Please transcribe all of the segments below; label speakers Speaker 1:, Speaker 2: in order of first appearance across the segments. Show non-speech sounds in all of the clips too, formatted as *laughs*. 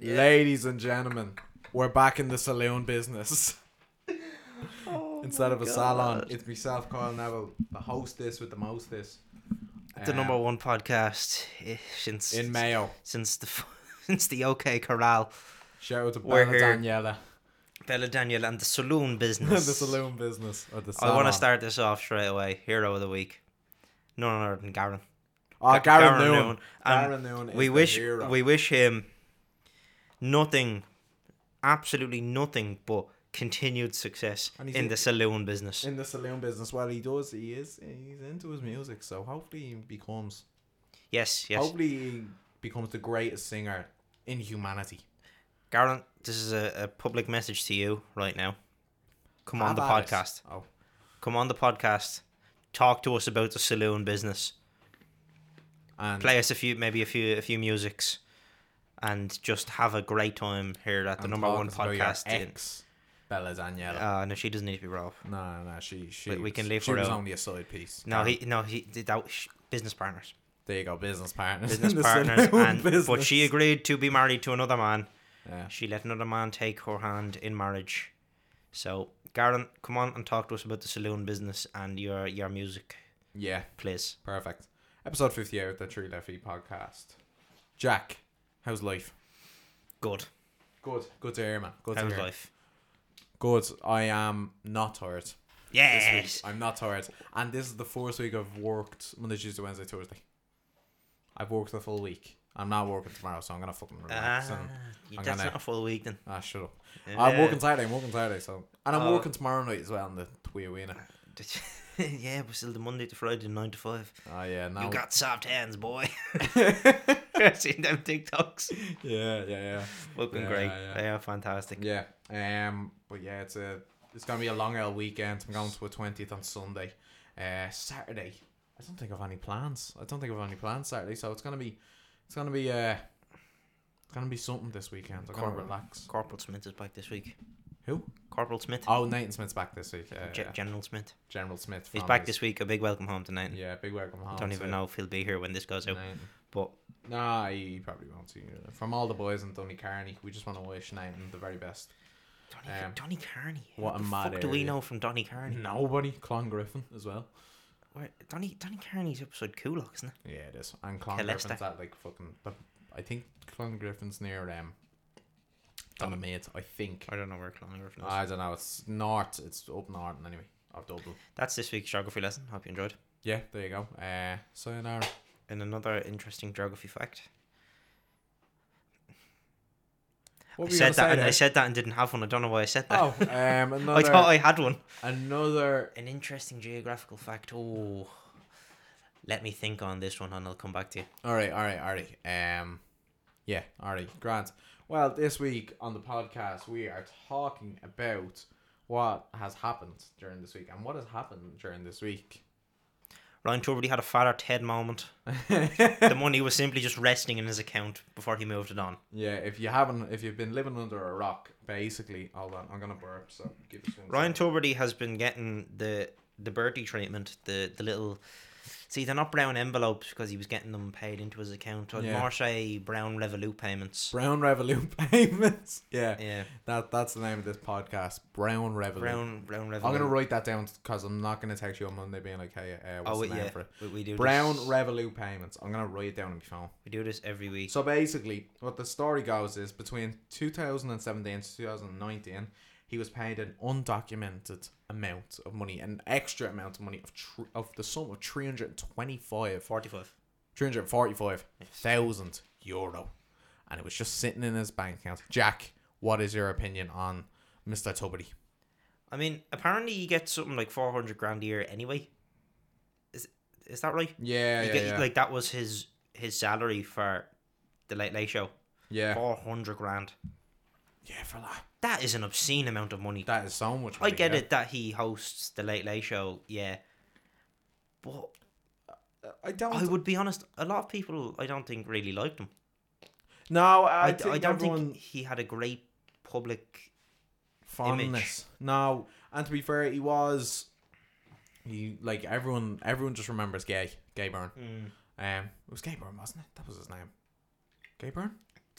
Speaker 1: Ladies and gentlemen, we're back in the saloon business.
Speaker 2: Oh
Speaker 1: Instead of a salon, it's myself, Carl Neville, the hostess with the mostess.
Speaker 2: the
Speaker 1: Um,
Speaker 2: number one podcast eh, since
Speaker 1: in Mayo.
Speaker 2: since the *laughs* since the OK Corral,
Speaker 1: Shout out to
Speaker 2: We're
Speaker 1: Bella
Speaker 2: here.
Speaker 1: Daniela *laughs*
Speaker 2: Bella Daniel, and the saloon
Speaker 1: in
Speaker 2: business.
Speaker 1: the saloon business or the
Speaker 2: I
Speaker 1: salon.
Speaker 2: want to start this off straight away. Hero of the week, none other than Garen.
Speaker 1: Oh, Garen Noon. Garen
Speaker 2: And
Speaker 1: Noon is
Speaker 2: Um, we
Speaker 1: the
Speaker 2: wish
Speaker 1: hero.
Speaker 2: we wish him nothing, absolutely nothing but continued success
Speaker 1: And he's
Speaker 2: in
Speaker 1: in-
Speaker 2: the saloon business.
Speaker 1: in the saloon business. Well, he does. He is. He's into his music, so hopefully he becomes.
Speaker 2: yes, yes.
Speaker 1: Hopefully he becomes the greatest singer in humanity.
Speaker 2: Garen, this is a, a public message to you right now. Come on the
Speaker 1: Have at it.
Speaker 2: podcast.
Speaker 1: Oh,
Speaker 2: Come on the podcast. Talk to us about the saloon business.
Speaker 1: and
Speaker 2: Play us a few, maybe a few, a few musics, and just have a great time here at the
Speaker 1: and
Speaker 2: number
Speaker 1: talk
Speaker 2: one
Speaker 1: us about your
Speaker 2: podcast. In,
Speaker 1: Ex Bella Daniela.
Speaker 2: uh, no, she doesn't need to be Rob.
Speaker 1: No, no, no. She, she
Speaker 2: We- we
Speaker 1: was-
Speaker 2: can leave
Speaker 1: she
Speaker 2: her
Speaker 1: was
Speaker 2: out.
Speaker 1: only a side piece.
Speaker 2: No,
Speaker 1: Karen.
Speaker 2: he, no, he, that sh- business partners,
Speaker 1: *laughs* There you go, business partners.
Speaker 2: business
Speaker 1: in the
Speaker 2: partners,
Speaker 1: saloon
Speaker 2: and
Speaker 1: *laughs*
Speaker 2: but
Speaker 1: business.
Speaker 2: she agreed to be married to another man.
Speaker 1: Yeah.
Speaker 2: She let another man take her hand in marriage. So, Garen, come on and talk to us about the saloon business and your your music,
Speaker 1: yeah,
Speaker 2: please.
Speaker 1: perfect. Episode fifty eight of the Tree Lefty podcast. Jack, how's life?
Speaker 2: Good.
Speaker 1: Good, good to hear, man. Good to
Speaker 2: How's
Speaker 1: hear.
Speaker 2: life?
Speaker 1: Good. I am not tired. this week.
Speaker 2: Yes.
Speaker 1: I'm not tired. And this is the fourth week I've worked Monday, Tuesday, Wednesday, Thursday. I've worked the full week. I'm not working tomorrow, so I'm gonna fucking relax.
Speaker 2: Ah,
Speaker 1: and,
Speaker 2: you-
Speaker 1: I'm
Speaker 2: that's
Speaker 1: gonna-
Speaker 2: not a full week then.
Speaker 1: ah, shut up. I'm
Speaker 2: Yeah.
Speaker 1: *laughs* working Saturday. I'm working Saturday, so and I'm
Speaker 2: Oh.
Speaker 1: working tomorrow night as well in the Twee Arena.
Speaker 2: *laughs* yeah, but still the Monday to Friday, nine to five.
Speaker 1: Oh yeah, now
Speaker 2: You got soft hands, boy. *laughs* I've seen them TikToks.
Speaker 1: yeah, yeah, yeah,
Speaker 2: Looking
Speaker 1: Yeah,
Speaker 2: great.
Speaker 1: yeah.
Speaker 2: They are fantastic.
Speaker 1: yeah. Um, but yeah, it's a it's gonna be a long old weekend. I'm going to a twentieth on Sunday. Uh, Saturday. I don't think I've any plans. I don't think I've any plans Saturday, so it's gonna be it's gonna be uh it's gonna be something this weekend. I'm gonna
Speaker 2: Correct.
Speaker 1: relax.
Speaker 2: Corporal Smith is back this week.
Speaker 1: Who?
Speaker 2: Corporal Smith,
Speaker 1: Oh, Nathan Smith's back this week. Uh,
Speaker 2: Ge- General Smith.
Speaker 1: General Smith.
Speaker 2: He's
Speaker 1: from
Speaker 2: back
Speaker 1: his-
Speaker 2: this week. A big welcome home tonight.
Speaker 1: Yeah, oh, big welcome home.
Speaker 2: Don't even
Speaker 1: to
Speaker 2: know if he'll be here when this goes out.
Speaker 1: Nathan.
Speaker 2: But
Speaker 1: Nah, he probably won't see you. From all the boys in Carney, we just want to wish Nathan the very best.
Speaker 2: Donny,
Speaker 1: Um,
Speaker 2: Donny Carney.
Speaker 1: what
Speaker 2: What
Speaker 1: a
Speaker 2: the
Speaker 1: mad
Speaker 2: fuck do we
Speaker 1: area.
Speaker 2: know from Donny Carney?
Speaker 1: Nobody, Clon Griffin as well.
Speaker 2: Where, Donny Donny Carney's episode Kulok, isn't it?
Speaker 1: Yeah, it is. And Clon
Speaker 2: Kalesta.
Speaker 1: Griffin's at like fucking. But I think Clon Griffin's near um. Donamate, I think.
Speaker 2: I don't know where Clonny Griffin is.
Speaker 1: I don't know. It's north. It's up north, anyway, of Dublin.
Speaker 2: That's this week's geography lesson. Hope you enjoyed.
Speaker 1: Yeah, there you go. Uh, sayonara.
Speaker 2: And another interesting geography fact.
Speaker 1: What
Speaker 2: I
Speaker 1: were you gonna
Speaker 2: said that,
Speaker 1: say
Speaker 2: and I
Speaker 1: there?
Speaker 2: said that and didn't have one. I don't know why I said that.
Speaker 1: Oh, um, another,
Speaker 2: *laughs* I thought I had one.
Speaker 1: another
Speaker 2: An interesting geographical fact. Oh, let me think on this one, and I'll come back to you.
Speaker 1: All right, all right, all right. Um, yeah, all right, Grant. Well, this week on the podcast, we are talking about what has happened during this week, and what has happened during this week.
Speaker 2: Ryan Turbiddy had a Father
Speaker 1: *laughs*
Speaker 2: Ted moment. the money was simply just resting in his account before he moved it on.
Speaker 1: Yeah, if you haven't, if you've been living under a rock, basically, hold on, I'm gonna burp. So give us one.
Speaker 2: Ryan Tuberty has been getting the the Bertie treatment, the the little. See, they're not brown envelopes because he was getting them paid into his account. I'd
Speaker 1: Yeah.
Speaker 2: more say brown Revolut payments.
Speaker 1: Brown Revolut *laughs* payments. Yeah,
Speaker 2: yeah,
Speaker 1: that that's the name of this podcast. Brown Revolut.
Speaker 2: brown brown Revolut.
Speaker 1: I'm gonna write that down because I'm not gonna text you on Monday being like, hey, uh, what's
Speaker 2: Oh
Speaker 1: the name
Speaker 2: yeah,
Speaker 1: for it?
Speaker 2: we, we do
Speaker 1: Brown
Speaker 2: This,
Speaker 1: Revolut payments. I'm gonna write it down on my phone.
Speaker 2: we do this every week.
Speaker 1: So basically, what the story goes is between 2017 to 2019, he was paid an undocumented amount of money, an extra amount of money of tr- of the sum of 325,
Speaker 2: Forty five.
Speaker 1: 345,000 euro, and it was just sitting in his bank account. Jack, what is your opinion on Mr. Tuberty?
Speaker 2: I mean, apparently you get something like four hundred grand a year anyway. Is is that right?
Speaker 1: Yeah,
Speaker 2: You
Speaker 1: yeah,
Speaker 2: get-
Speaker 1: yeah.
Speaker 2: Like that was his his salary for the Late Late Show.
Speaker 1: yeah.
Speaker 2: Four hundred grand.
Speaker 1: Yeah, for that.
Speaker 2: That is an obscene amount of money.
Speaker 1: That is so much.
Speaker 2: I
Speaker 1: money,
Speaker 2: get
Speaker 1: yeah.
Speaker 2: it that he hosts the Late Late Show, yeah. But
Speaker 1: I don't.
Speaker 2: I would be honest, a lot of people I don't think really liked him.
Speaker 1: no, I,
Speaker 2: I, I
Speaker 1: think
Speaker 2: don't
Speaker 1: everyone-
Speaker 2: think he had a great public.
Speaker 1: fondness. No, and to be fair, he was. He like everyone. Everyone just
Speaker 2: mm,
Speaker 1: remembers Gay Gay Byrne. Um, it was Gay Byrne, wasn't it? That was his name. Gay Byrne.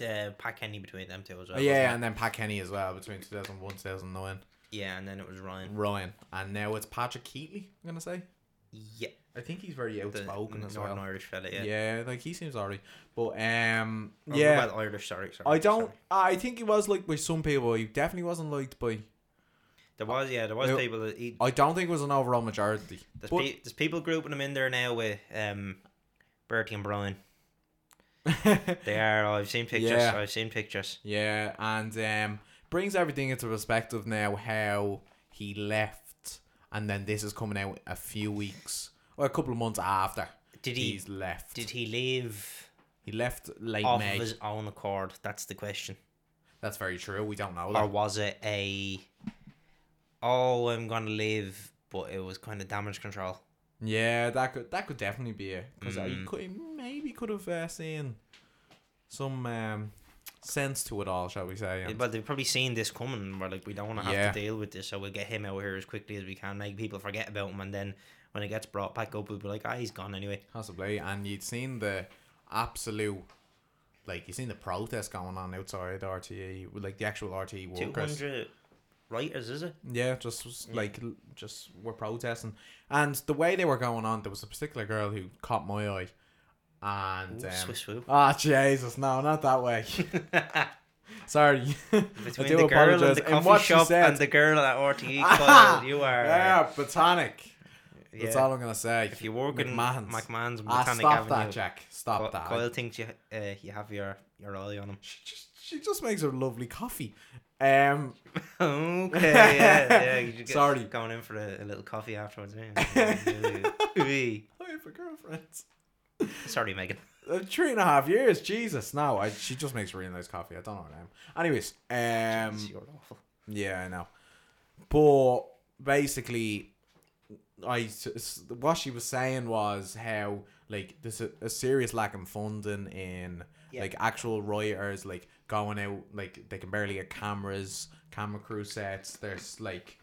Speaker 2: uh, Pat Kenny between them two as well.
Speaker 1: Oh,
Speaker 2: wasn't
Speaker 1: yeah,
Speaker 2: it?
Speaker 1: and then Pat Kenny as well between 2001 2009.
Speaker 2: yeah, and then it was Ryan.
Speaker 1: Ryan. And now it's Patrick Keatley, I'm going to say.
Speaker 2: Yeah,
Speaker 1: I think he's very
Speaker 2: the
Speaker 1: outspoken
Speaker 2: Northern
Speaker 1: as well.
Speaker 2: Irish fella. Yeah,
Speaker 1: Yeah. like he seems alright. But um,
Speaker 2: Or
Speaker 1: yeah,
Speaker 2: what about Irish. Sorry, sorry.
Speaker 1: I don't.
Speaker 2: sorry.
Speaker 1: I think he was liked by some people. He definitely wasn't liked by.
Speaker 2: There was yeah, there was
Speaker 1: No.
Speaker 2: people that he,
Speaker 1: I don't think it was an overall *laughs* majority.
Speaker 2: there's,
Speaker 1: but-
Speaker 2: pe- there's people grouping him in there now with um, Bertie and Brian. They are. I've seen pictures.
Speaker 1: Yeah.
Speaker 2: I've seen pictures.
Speaker 1: yeah, and um, brings everything into perspective now. How he left, and then this is coming out a few weeks or a couple of months after
Speaker 2: Did he?
Speaker 1: he's left.
Speaker 2: Did he leave
Speaker 1: he left late
Speaker 2: off
Speaker 1: May?
Speaker 2: of his own accord? That's the question.
Speaker 1: That's very true. We don't know.
Speaker 2: Or
Speaker 1: That.
Speaker 2: was it a? Oh, I'm gonna leave, but it was kind of damage control.
Speaker 1: Yeah, that could that could definitely be it because
Speaker 2: Mm.
Speaker 1: he could maybe could have uh, seen some um, sense to it all, shall we say? and-
Speaker 2: But they've probably seen this coming. and We're like, we don't want to have
Speaker 1: Yeah.
Speaker 2: to deal with this, so we'll get him out here as quickly as we can, make people forget about him, and then when it gets brought back up, we'll be like, ah, he's gone anyway.
Speaker 1: Possibly, and you'd seen the absolute, like you'd seen the protest going on outside RTE, with, like the actual RTE
Speaker 2: Two
Speaker 1: workers.
Speaker 2: hundred writers, is it?
Speaker 1: Yeah, just was, like l- just were protesting, and the way they were going on, there was a particular girl who caught my eye, and
Speaker 2: Ooh,
Speaker 1: um,
Speaker 2: Swiss *laughs* swoop.
Speaker 1: ah Jesus, no, not that
Speaker 2: *laughs*
Speaker 1: way. *laughs* Sorry, I
Speaker 2: Between
Speaker 1: do
Speaker 2: the girl in
Speaker 1: apologize.
Speaker 2: the
Speaker 1: And
Speaker 2: coffee
Speaker 1: what she
Speaker 2: shop
Speaker 1: said-
Speaker 2: and the girl at
Speaker 1: *laughs*
Speaker 2: RTE,
Speaker 1: Ah,
Speaker 2: Kyle, you are. uh,
Speaker 1: yeah, botanic. That's
Speaker 2: yeah.
Speaker 1: all I'm gonna say.
Speaker 2: If you work in
Speaker 1: McMahon's.
Speaker 2: McMahon's
Speaker 1: ah,
Speaker 2: Botanic
Speaker 1: stop
Speaker 2: Avenue,
Speaker 1: that, Jack. Stop
Speaker 2: Ky-
Speaker 1: that.
Speaker 2: Kyle thinks you uh, you have your your
Speaker 1: *laughs*
Speaker 2: eye on him. *laughs*
Speaker 1: She just she just makes her lovely coffee. Um,
Speaker 2: okay, yeah, yeah.
Speaker 1: *laughs*
Speaker 2: You just get-
Speaker 1: Sorry.
Speaker 2: going in for a, a little coffee afterwards.
Speaker 1: *laughs*
Speaker 2: yeah. Ooh, ooh.
Speaker 1: I have a girlfriend.
Speaker 2: Sorry, *laughs* Megan.
Speaker 1: Uh, three and a half years, Jesus! No, I, she just makes really nice coffee. I don't know her name. Anyways, um,
Speaker 2: You're awful.
Speaker 1: yeah, I know. But basically, I s- s- what she was saying was how like there's a, a serious lack of funding in
Speaker 2: Yeah.
Speaker 1: like actual writers like going out like they can barely get cameras, camera crew sets. There's like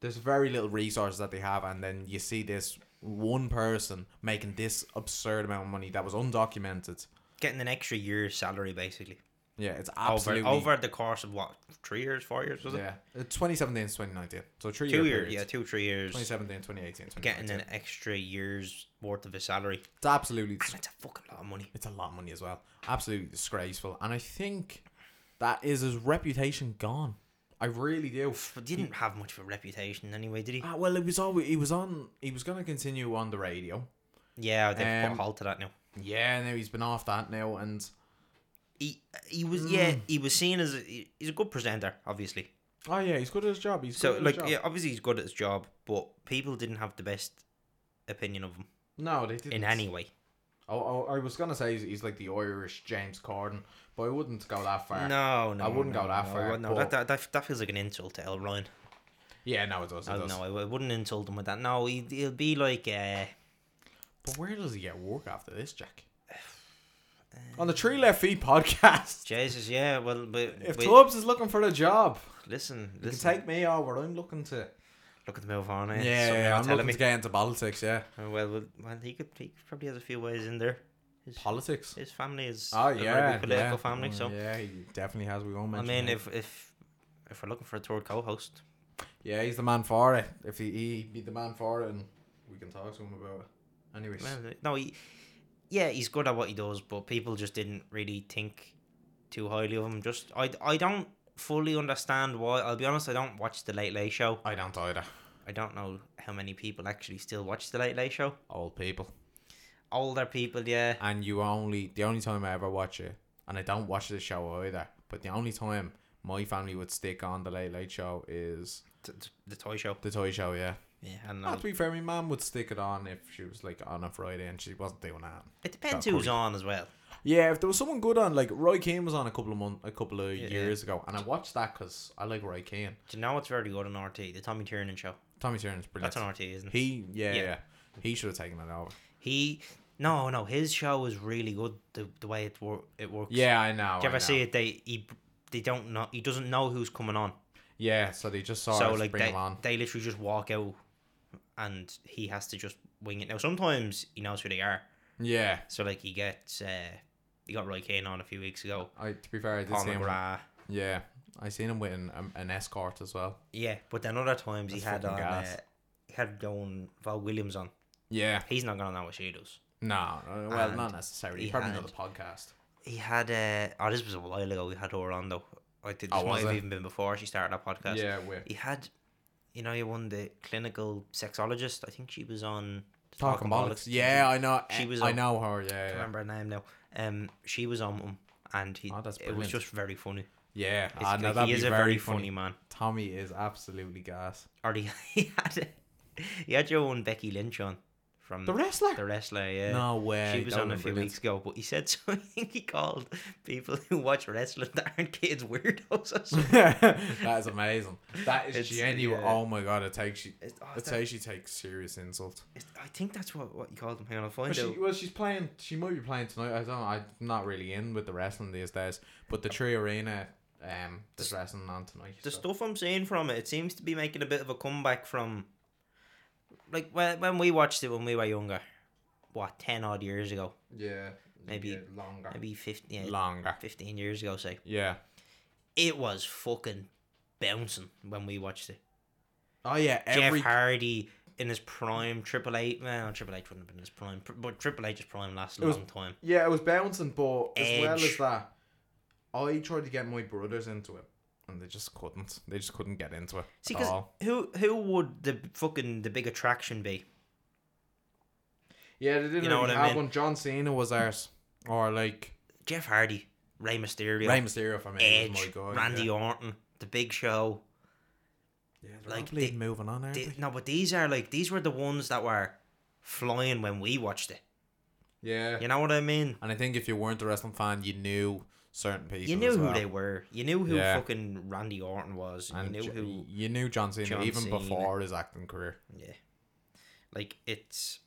Speaker 1: there's very little resources that they have, and then you see this one person making this absurd amount of money that was undocumented.
Speaker 2: Getting an extra year's salary basically
Speaker 1: Yeah, it's
Speaker 2: over
Speaker 1: absolutely
Speaker 2: over the course of what three years, four years was it?
Speaker 1: Yeah, Uh, 2017 to 2019, so three
Speaker 2: Two
Speaker 1: year
Speaker 2: years,
Speaker 1: period.
Speaker 2: yeah, two three years.
Speaker 1: 2017, 2018, 2019.
Speaker 2: Getting an extra year's worth of his salary,
Speaker 1: It's absolutely
Speaker 2: and it's a fucking lot of money.
Speaker 1: It's a lot of money as well. Absolutely disgraceful. And I think that is his reputation gone. I really do.
Speaker 2: But he didn't have much of a reputation anyway, did he?
Speaker 1: Ah, well, it was always he was on. He was gonna continue on the radio.
Speaker 2: Yeah, they've
Speaker 1: um,
Speaker 2: put a halt to that now.
Speaker 1: Yeah, now he's been off that now, and
Speaker 2: He he
Speaker 1: mm.
Speaker 2: was yeah he was seen as a, he- he's a good presenter obviously.
Speaker 1: oh yeah, he's good at his job. He's
Speaker 2: So
Speaker 1: good at
Speaker 2: like
Speaker 1: his job.
Speaker 2: yeah, obviously he's good at his job, but people didn't have the best opinion of him
Speaker 1: no, they didn't.
Speaker 2: in any way.
Speaker 1: Oh, oh, I was gonna say he's, he's like the Irish James Corden, but I wouldn't go that far.
Speaker 2: No, no,
Speaker 1: I wouldn't
Speaker 2: no,
Speaker 1: go that
Speaker 2: no, I
Speaker 1: far,
Speaker 2: wouldn't- No,
Speaker 1: but-
Speaker 2: that, that, that that feels like an insult to El Ryan.
Speaker 1: Yeah, no, it does. It
Speaker 2: I
Speaker 1: does.
Speaker 2: Oh, no, I wou- wouldn't insult him with that. No, he, he'll be like, uh,
Speaker 1: But where does he get work after this,
Speaker 2: *sighs*
Speaker 1: Jack? On the Tree Left Feet podcast.
Speaker 2: Jesus, yeah, well, but
Speaker 1: If
Speaker 2: we-
Speaker 1: Tubbs is looking for a job,
Speaker 2: listen,
Speaker 1: You can
Speaker 2: listen,
Speaker 1: take me over. I'm looking to.
Speaker 2: look at the move on. eh?
Speaker 1: Yeah,
Speaker 2: Something
Speaker 1: yeah,
Speaker 2: you're
Speaker 1: I'm
Speaker 2: telling
Speaker 1: looking
Speaker 2: me.
Speaker 1: to get into politics. Yeah,
Speaker 2: Uh, Well, well, well, he could, he probably has a few ways in there. His,
Speaker 1: politics.
Speaker 2: his family is
Speaker 1: Oh
Speaker 2: a very
Speaker 1: yeah,
Speaker 2: good political
Speaker 1: yeah.
Speaker 2: family,
Speaker 1: Mm,
Speaker 2: so
Speaker 1: yeah, he definitely has. We won't
Speaker 2: I
Speaker 1: mention.
Speaker 2: mean,
Speaker 1: him.
Speaker 2: if if if we're looking for a tour co-host,
Speaker 1: yeah, he's the man for it. If he he be the man for it, and we can talk to him about it. Anyways,
Speaker 2: Well, no, he, yeah, he's good at what he does, but people just didn't really think too highly of him. Just I, I don't fully understand why. I'll be honest, I don't watch the Late Late Show.
Speaker 1: I don't either.
Speaker 2: I don't know how many people actually still watch the Late Late Show.
Speaker 1: Old people,
Speaker 2: Older people, yeah.
Speaker 1: and you only the only time I ever watch it, and I don't watch the show either. But the only time my family would stick on the Late Late Show is
Speaker 2: T- t- the Toy Show,
Speaker 1: the Toy Show. Yeah,
Speaker 2: yeah. And
Speaker 1: Ah,
Speaker 2: uh,
Speaker 1: to be fair, my mum would stick it on if she was like on a Friday and she wasn't doing that.
Speaker 2: it depends
Speaker 1: Got
Speaker 2: who's on as well.
Speaker 1: Yeah, if there was someone good on, like Roy Keane was on a couple of month, a couple of
Speaker 2: Yeah.
Speaker 1: years ago, and I watched that because I like Roy Keane.
Speaker 2: Do you know what's very good on RT? The Tommy Tiernan Show.
Speaker 1: Tommy Tiernan's brilliant.
Speaker 2: That's on RT, isn't it?
Speaker 1: He, yeah,
Speaker 2: Yeah.
Speaker 1: yeah, he should have taken it over.
Speaker 2: He, no, no, his show is really good. The, the way it wor- it works.
Speaker 1: Yeah, I know.
Speaker 2: Do you
Speaker 1: I know.
Speaker 2: ever see it? They he, they don't know. He doesn't know who's coming on.
Speaker 1: Yeah, so they just saw
Speaker 2: so
Speaker 1: us Oh,
Speaker 2: like
Speaker 1: bring
Speaker 2: they,
Speaker 1: him on.
Speaker 2: they literally just walk out and he has to just wing it now sometimes he knows who they are
Speaker 1: Yeah,
Speaker 2: so like he gets uh He got Roy Keane on a few weeks ago.
Speaker 1: I to be fair, I did
Speaker 2: Paul
Speaker 1: see him.
Speaker 2: McGrath.
Speaker 1: Yeah, I seen him with an, um, an escort as well.
Speaker 2: Yeah, but then other times he
Speaker 1: That's
Speaker 2: had
Speaker 1: fucking
Speaker 2: on,
Speaker 1: gas.
Speaker 2: uh, he had going Val Williams on.
Speaker 1: Yeah,
Speaker 2: He's not gonna know what she does.
Speaker 1: no, no, well,
Speaker 2: And
Speaker 1: not necessarily.
Speaker 2: he
Speaker 1: You probably know
Speaker 2: had-
Speaker 1: the podcast.
Speaker 2: He had uh, oh this was a while ago. We had her on though. I did this
Speaker 1: Oh,
Speaker 2: might
Speaker 1: was
Speaker 2: have
Speaker 1: it?
Speaker 2: even been before she started that podcast.
Speaker 1: Yeah, with
Speaker 2: He had, you know, you won the clinical sexologist. I think she was on
Speaker 1: talking bollocks. Yeah, I know.
Speaker 2: She
Speaker 1: She
Speaker 2: was
Speaker 1: was. I
Speaker 2: on-
Speaker 1: know her.
Speaker 2: I
Speaker 1: Yeah,
Speaker 2: remember her name now. Um, she was on him, and he.
Speaker 1: Oh, that's
Speaker 2: it was
Speaker 1: brilliant.
Speaker 2: just very funny.
Speaker 1: yeah.
Speaker 2: It's,
Speaker 1: Ah, no,
Speaker 2: like,
Speaker 1: that'd
Speaker 2: he
Speaker 1: be
Speaker 2: is a
Speaker 1: very,
Speaker 2: very
Speaker 1: funny.
Speaker 2: funny man.
Speaker 1: Tommy is absolutely gas.
Speaker 2: Or he, *laughs* he had, he had your own Becky Lynch on from
Speaker 1: Mm. The wrestler.
Speaker 2: the wrestler. Yeah.
Speaker 1: No way.
Speaker 2: She was
Speaker 1: that
Speaker 2: on a
Speaker 1: would've
Speaker 2: few
Speaker 1: been *laughs* brilliant.
Speaker 2: weeks ago, but he said *laughs* something. He called people who watch wrestling that aren't kids weirdos *laughs* or something.
Speaker 1: that is amazing. That is
Speaker 2: It's-
Speaker 1: genuine.
Speaker 2: yeah.
Speaker 1: Oh my god, it takes you.
Speaker 2: It's- oh,
Speaker 1: I'd
Speaker 2: that-
Speaker 1: say she takes serious insult.
Speaker 2: it's- I think that's what, what you called them. Hang on, I'll
Speaker 1: Well,
Speaker 2: find
Speaker 1: she,
Speaker 2: out.
Speaker 1: well, she's playing. She might be playing tonight. I don't. know. I'm not really in with the wrestling these days. But the Tree Arena, um, is wrestling on tonight.
Speaker 2: The
Speaker 1: so-
Speaker 2: stuff I'm seeing from it, it seems to be making a bit of a comeback from, like when when we watched it when we were younger, what ten odd years ago,
Speaker 1: yeah,
Speaker 2: Maybe-
Speaker 1: yeah, longer,
Speaker 2: maybe fifteen, yeah,
Speaker 1: longer.
Speaker 2: fifteen years ago, say
Speaker 1: Yeah.
Speaker 2: it was fucking bouncing when we watched it.
Speaker 1: Oh yeah. Every
Speaker 2: Jeff Hardy in his prime, Triple H, well, Triple H wouldn't have been his prime, pr- but Triple H's prime lasts a
Speaker 1: It was-
Speaker 2: long time.
Speaker 1: Yeah, it was bouncing, but as well
Speaker 2: Edge.
Speaker 1: as that, I tried to get my brothers into it, and they just couldn't. They just couldn't get into it
Speaker 2: See,
Speaker 1: at
Speaker 2: because
Speaker 1: all.
Speaker 2: who who would the fucking the big attraction be?
Speaker 1: Yeah, they didn't
Speaker 2: you know
Speaker 1: really
Speaker 2: what I
Speaker 1: have
Speaker 2: mean?
Speaker 1: one. John Cena was ours, or like
Speaker 2: Jeff Hardy, Rey Mysterio,
Speaker 1: Rey Mysterio for me. was
Speaker 2: Edge,
Speaker 1: my guy,
Speaker 2: Randy
Speaker 1: yeah.
Speaker 2: Orton, The Big Show.
Speaker 1: Yeah,
Speaker 2: like,
Speaker 1: like
Speaker 2: they-
Speaker 1: moving on, aren't
Speaker 2: They-
Speaker 1: they?
Speaker 2: no, but these are like these were the ones that were flying when we watched it.
Speaker 1: Yeah.
Speaker 2: You know what I mean?
Speaker 1: And I think if you weren't a wrestling fan, you knew certain people.
Speaker 2: You knew
Speaker 1: as
Speaker 2: who
Speaker 1: well.
Speaker 2: they were. You knew who
Speaker 1: Yeah.
Speaker 2: fucking Randy Orton was. You
Speaker 1: And E.
Speaker 2: knew
Speaker 1: Jo-
Speaker 2: who.
Speaker 1: you knew John Cena
Speaker 2: John
Speaker 1: even
Speaker 2: Cena.
Speaker 1: before his acting career.
Speaker 2: Yeah. Like it's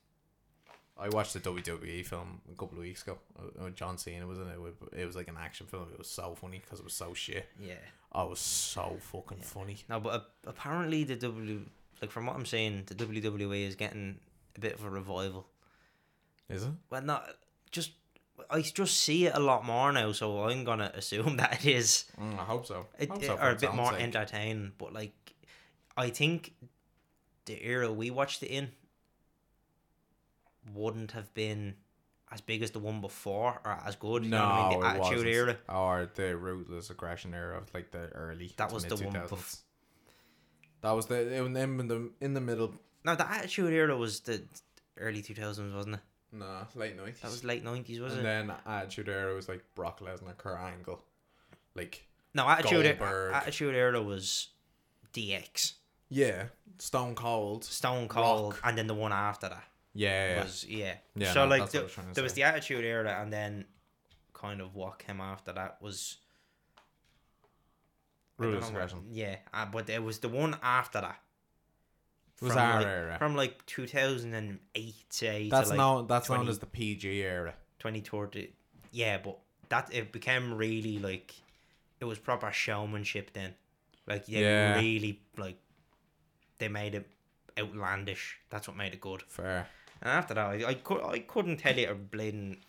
Speaker 1: I watched the WWE E film a couple of weeks ago. uh, uh, John Cena was in it. with- It was like an action film. It was so funny because it was so shit.
Speaker 2: yeah.
Speaker 1: Oh, it was so fucking funny.
Speaker 2: No, but a- apparently the W like from what I'm saying, the WWE is getting a bit of a revival.
Speaker 1: Is it?
Speaker 2: Well, not just. I just see it a lot more now, so I'm gonna assume *laughs* that it is.
Speaker 1: Mm, I hope so.
Speaker 2: it, it- or a bit more entertaining. But like, I think the era we watched it in wouldn't have been as big as the one before or as good. You know what I mean? The
Speaker 1: it
Speaker 2: Attitude
Speaker 1: wasn't.
Speaker 2: era.
Speaker 1: Or the ruthless aggression era of like the early.
Speaker 2: That
Speaker 1: to
Speaker 2: was the one
Speaker 1: mid-2000s.
Speaker 2: bef-
Speaker 1: That was the in the in the, in the middle.
Speaker 2: No, the Attitude era was the early two thousands, wasn't it?
Speaker 1: Nah, late nineties.
Speaker 2: That was late nineties, was
Speaker 1: and
Speaker 2: it?
Speaker 1: then Attitude Era was like Brock Lesnar, Kurt Angle, like
Speaker 2: no, Attitude era,
Speaker 1: Goldberg.
Speaker 2: Attitude era was DX,
Speaker 1: yeah, Stone Cold.
Speaker 2: Stone Cold,
Speaker 1: Rock.
Speaker 2: and then the one after that
Speaker 1: Yeah, yeah.
Speaker 2: was yeah.
Speaker 1: Yeah,
Speaker 2: so
Speaker 1: no,
Speaker 2: like
Speaker 1: that's what I
Speaker 2: the,
Speaker 1: was trying to
Speaker 2: there was
Speaker 1: say.
Speaker 2: the Attitude Era, and then kind of what came after that was I don't
Speaker 1: ruthless
Speaker 2: know what-
Speaker 1: aggression.
Speaker 2: Yeah, uh, but there was the one after that.
Speaker 1: Was
Speaker 2: From,
Speaker 1: our
Speaker 2: like,
Speaker 1: era.
Speaker 2: From like 2008 say,
Speaker 1: That's
Speaker 2: to like
Speaker 1: known. That's
Speaker 2: 20
Speaker 1: known as the PG era.
Speaker 2: 2030. Yeah, but that it became really like it was proper showmanship then. Like they
Speaker 1: Yeah.
Speaker 2: really like they made it outlandish. That's what made it good.
Speaker 1: Fair.
Speaker 2: And after that, I, I could I couldn't tell you a blatant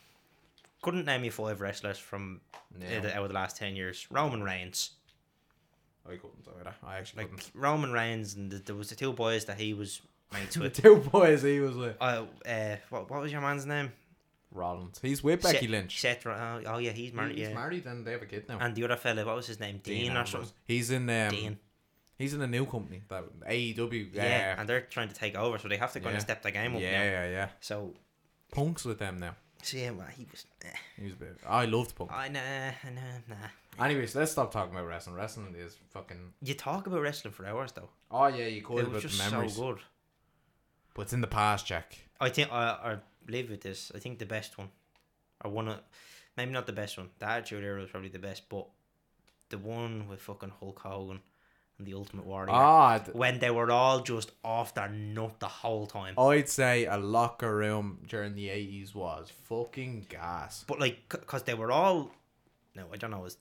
Speaker 2: couldn't name you five wrestlers from uh,
Speaker 1: Yeah.
Speaker 2: the, over the last ten years. Roman Reigns.
Speaker 1: I couldn't either. I actually
Speaker 2: Like Roman Reigns, and the, there was the two boys that he was *laughs* mates
Speaker 1: couldn't. *laughs*
Speaker 2: with.
Speaker 1: The two boys he was with.
Speaker 2: uh, uh, what, what was your man's name?
Speaker 1: Rollins. He's with Becky
Speaker 2: Seth-
Speaker 1: Lynch.
Speaker 2: Seth. Ro- Oh, oh yeah, he's married.
Speaker 1: he's
Speaker 2: yeah.
Speaker 1: married and they have a kid now.
Speaker 2: And the other fella, what was his name? Dean, or
Speaker 1: Ambrose.
Speaker 2: something.
Speaker 1: He's in um,
Speaker 2: Dean.
Speaker 1: He's in a new company that AEW.
Speaker 2: Yeah.
Speaker 1: Yeah,
Speaker 2: and they're trying to take over, so they have to kind
Speaker 1: Yeah.
Speaker 2: of step the game
Speaker 1: yeah,
Speaker 2: up
Speaker 1: yeah,
Speaker 2: now.
Speaker 1: yeah,
Speaker 2: So,
Speaker 1: Punk's with them now.
Speaker 2: so yeah, well, he was. Eh,
Speaker 1: He was a bit. I loved Punk.
Speaker 2: I nah, nah, nah.
Speaker 1: Anyways, let's stop talking about wrestling. Wrestling is fucking.
Speaker 2: You talk about wrestling for hours though.
Speaker 1: Oh yeah, you could,
Speaker 2: It was
Speaker 1: but
Speaker 2: just
Speaker 1: the memories.
Speaker 2: so good.
Speaker 1: But it's in the past, Jack.
Speaker 2: I think I I live with this. I think the best one, or one of, maybe not the best one. The Attitude Era was probably the best, but the one with fucking Hulk Hogan and the Ultimate Warrior.
Speaker 1: Ah, th-
Speaker 2: when they were all just off their nut the whole time.
Speaker 1: I'd say a locker room during the eighties was fucking gas.
Speaker 2: But like, because they were all, no, I don't know. Is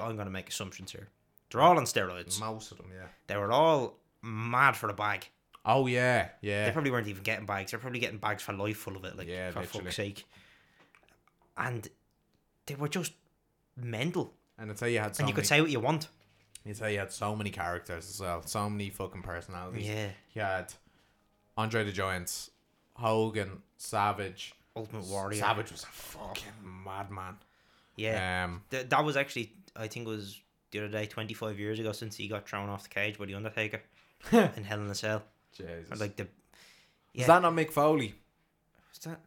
Speaker 2: I'm gonna make assumptions here. They're all on steroids.
Speaker 1: Most of them, yeah.
Speaker 2: They were all mad for the bag.
Speaker 1: Oh yeah,
Speaker 2: They
Speaker 1: yeah.
Speaker 2: probably weren't even getting bags. They're probably getting bags for life full of it. Like
Speaker 1: Yeah,
Speaker 2: for
Speaker 1: literally.
Speaker 2: fuck's sake. And they were just mental,
Speaker 1: And I tell you had so
Speaker 2: and you
Speaker 1: many,
Speaker 2: could say what you want.
Speaker 1: you tell you had so many characters as well, so many fucking personalities.
Speaker 2: Yeah,
Speaker 1: You had Andre the Giant, Hogan, Savage.
Speaker 2: Ultimate Warrior.
Speaker 1: Savage was a fucking madman.
Speaker 2: Yeah,
Speaker 1: Um,
Speaker 2: Th- that was actually I think it was the other day, twenty five years ago, since he got thrown off the cage by the *laughs* Undertaker in Hell in a Cell.
Speaker 1: Jesus.
Speaker 2: Or like the
Speaker 1: Is
Speaker 2: yeah.
Speaker 1: that not Mick Foley?
Speaker 2: was that?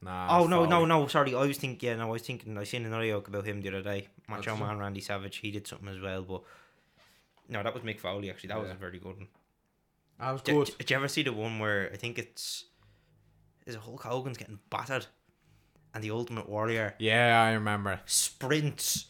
Speaker 1: Nah.
Speaker 2: Oh
Speaker 1: it's
Speaker 2: no no
Speaker 1: Foley.
Speaker 2: no! Sorry, I was thinking. Yeah, no, I was thinking. I seen another joke about him the other day. Macho
Speaker 1: That's-
Speaker 2: Man Randy Savage. He did something as well, but no, that was Mick Foley. Actually, that was a
Speaker 1: Yeah.
Speaker 2: very good one.
Speaker 1: That was
Speaker 2: Did,
Speaker 1: good.
Speaker 2: did you ever see the one where I think it's is it Hulk Hogan's getting battered, and the Ultimate Warrior
Speaker 1: Yeah, I remember.
Speaker 2: sprints